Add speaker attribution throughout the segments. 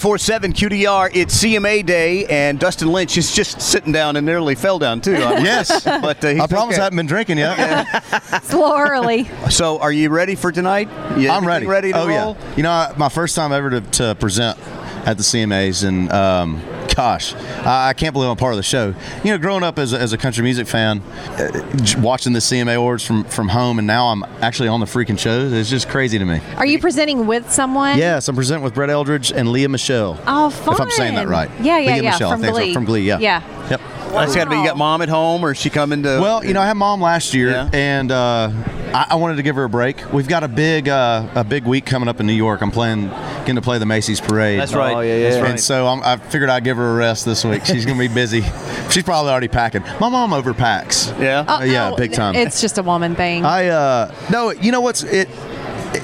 Speaker 1: 94.7 QDR, it's CMA Day, and Dustin Lynch is just sitting down and nearly fell down, too. I-
Speaker 2: Yes.
Speaker 1: But uh, he's
Speaker 2: I promise
Speaker 1: okay.
Speaker 2: I haven't been drinking yet.
Speaker 3: It's a little early.
Speaker 1: So, are you ready for tonight? You-
Speaker 2: I'm
Speaker 1: everything
Speaker 2: ready.
Speaker 1: Ready to
Speaker 2: oh
Speaker 1: roll?
Speaker 2: yeah. You know, I, my first time ever to, to present at the CMAs, and um, gosh, I, I can't believe I'm part of the show. You know, growing up as a, as a country music fan, uh, j- watching the CMA awards from from home, and now I'm actually on the freaking shows. It's just crazy to me.
Speaker 3: Are you presenting with someone?
Speaker 2: Yes, I'm presenting with Brett Eldridge and Leah Michelle.
Speaker 3: Oh, fun.
Speaker 2: If I'm saying that right.
Speaker 3: Yeah, yeah,
Speaker 2: Leah
Speaker 3: yeah.
Speaker 2: Michele, I
Speaker 3: From
Speaker 2: think so.
Speaker 3: Glee.
Speaker 2: From Glee. Yeah.
Speaker 3: Yeah.
Speaker 2: Yep.
Speaker 1: That's got to be. You got mom at home, or is she coming to?
Speaker 2: Well, you know, I had mom last year,
Speaker 1: Yeah.
Speaker 2: and uh, I, I wanted to give her a break. We've got a big uh, a big week coming up in New York. I'm playing getting to play the Macy's Parade.
Speaker 1: That's right. Oh, yeah, yeah,
Speaker 2: And
Speaker 1: yeah. right.
Speaker 2: so I'm, I figured I'd give her a rest this week. She's gonna be busy. She's probably already packing. My mom overpacks. Uh,
Speaker 1: Yeah.
Speaker 3: Oh,
Speaker 2: yeah,
Speaker 3: no,
Speaker 2: big time.
Speaker 3: It's just a woman thing.
Speaker 2: I uh no, you know what's it, it-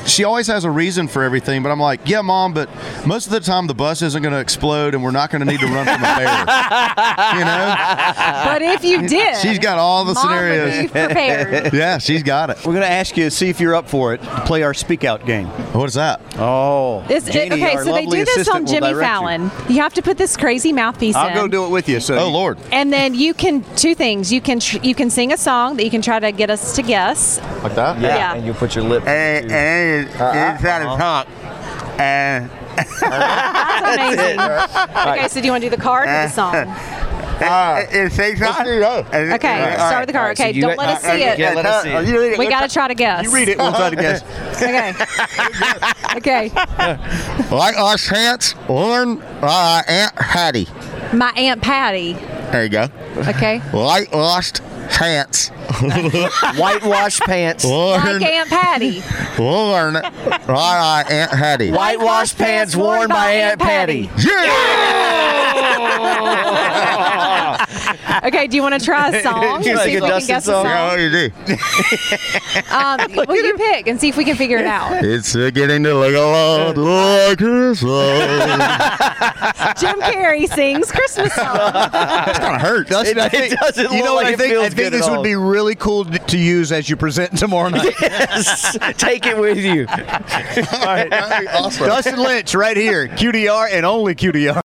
Speaker 2: she always has a reason for everything, but I'm like, yeah, mom, but most of the time the bus isn't going to explode and we're not going to need to run from a bear. you know?
Speaker 3: but if you did,
Speaker 2: She's got all the
Speaker 3: Mom
Speaker 2: scenarios.
Speaker 3: Would be prepared.
Speaker 2: Yeah, she's got it.
Speaker 1: We're going to ask you to see if you're up for it. to Play our speak out game.
Speaker 2: What is that?
Speaker 1: Oh,
Speaker 3: This,
Speaker 1: Janie,
Speaker 3: okay,
Speaker 1: our
Speaker 3: so they
Speaker 1: lovely
Speaker 3: do this
Speaker 1: assistant,
Speaker 3: on
Speaker 1: will
Speaker 3: Jimmy
Speaker 1: direct you.
Speaker 3: Fallon. You. have to put this crazy mouthpiece in.
Speaker 1: I'll go do it with you. So,
Speaker 2: Oh Lord.
Speaker 3: And then you can two things. You can tr- you can sing a song that you can try to get us to guess.
Speaker 2: Like that?
Speaker 3: Yeah. Yeah.
Speaker 4: And you put your lip.
Speaker 5: and,
Speaker 4: to-
Speaker 5: and it's, it's out of talk. And
Speaker 3: That's amazing. okay, so do you want to do the card or the song?
Speaker 5: it, it takes on. And-
Speaker 3: Okay,
Speaker 5: all
Speaker 3: start
Speaker 5: right.
Speaker 3: with the card.
Speaker 4: so
Speaker 3: Okay,
Speaker 4: you
Speaker 3: don't
Speaker 4: got-
Speaker 3: let us see
Speaker 4: uh,
Speaker 3: it.
Speaker 4: yeah, let us see
Speaker 5: Uh,
Speaker 4: it.
Speaker 5: you read it.
Speaker 3: we
Speaker 5: We'll
Speaker 3: got to
Speaker 5: try-
Speaker 3: try to guess.
Speaker 1: you read it. We'll try to guess.
Speaker 3: Okay. okay.
Speaker 5: Like our chance, one uh, Aunt Hattie.
Speaker 3: My Aunt Patty.
Speaker 5: There you go.
Speaker 3: Okay.
Speaker 5: Like lost chance,
Speaker 4: Whitewash pants.
Speaker 3: Like Aunt Patty.
Speaker 5: Lauren, like our Aunt Hattie.
Speaker 4: Whitewash pants worn by Aunt Patty.
Speaker 5: Yeah!
Speaker 3: Okay, do you want to try a song?
Speaker 4: You
Speaker 3: and
Speaker 4: like
Speaker 3: see if we
Speaker 4: a
Speaker 3: can
Speaker 4: Dustin
Speaker 3: guess
Speaker 4: song?
Speaker 3: a
Speaker 5: Now what
Speaker 3: song.
Speaker 5: do you do?
Speaker 3: Um, well, you pick and see if we can figure it out.
Speaker 5: It's beginning to look a lot like Christmas.
Speaker 3: Jim Carrey sings Christmas song.
Speaker 2: That's kind of hurt.
Speaker 1: Dustin,
Speaker 4: It- it doesn't
Speaker 1: you know what
Speaker 4: look like
Speaker 1: I
Speaker 4: it
Speaker 1: think.
Speaker 4: feels
Speaker 1: I think
Speaker 4: good at
Speaker 1: this would
Speaker 4: all.
Speaker 1: be really cool to to use as you present tomorrow night.
Speaker 4: Yes. Take it with you.
Speaker 5: That'd be awesome.
Speaker 1: Dustin Lynch, right here, QDR and only QDR.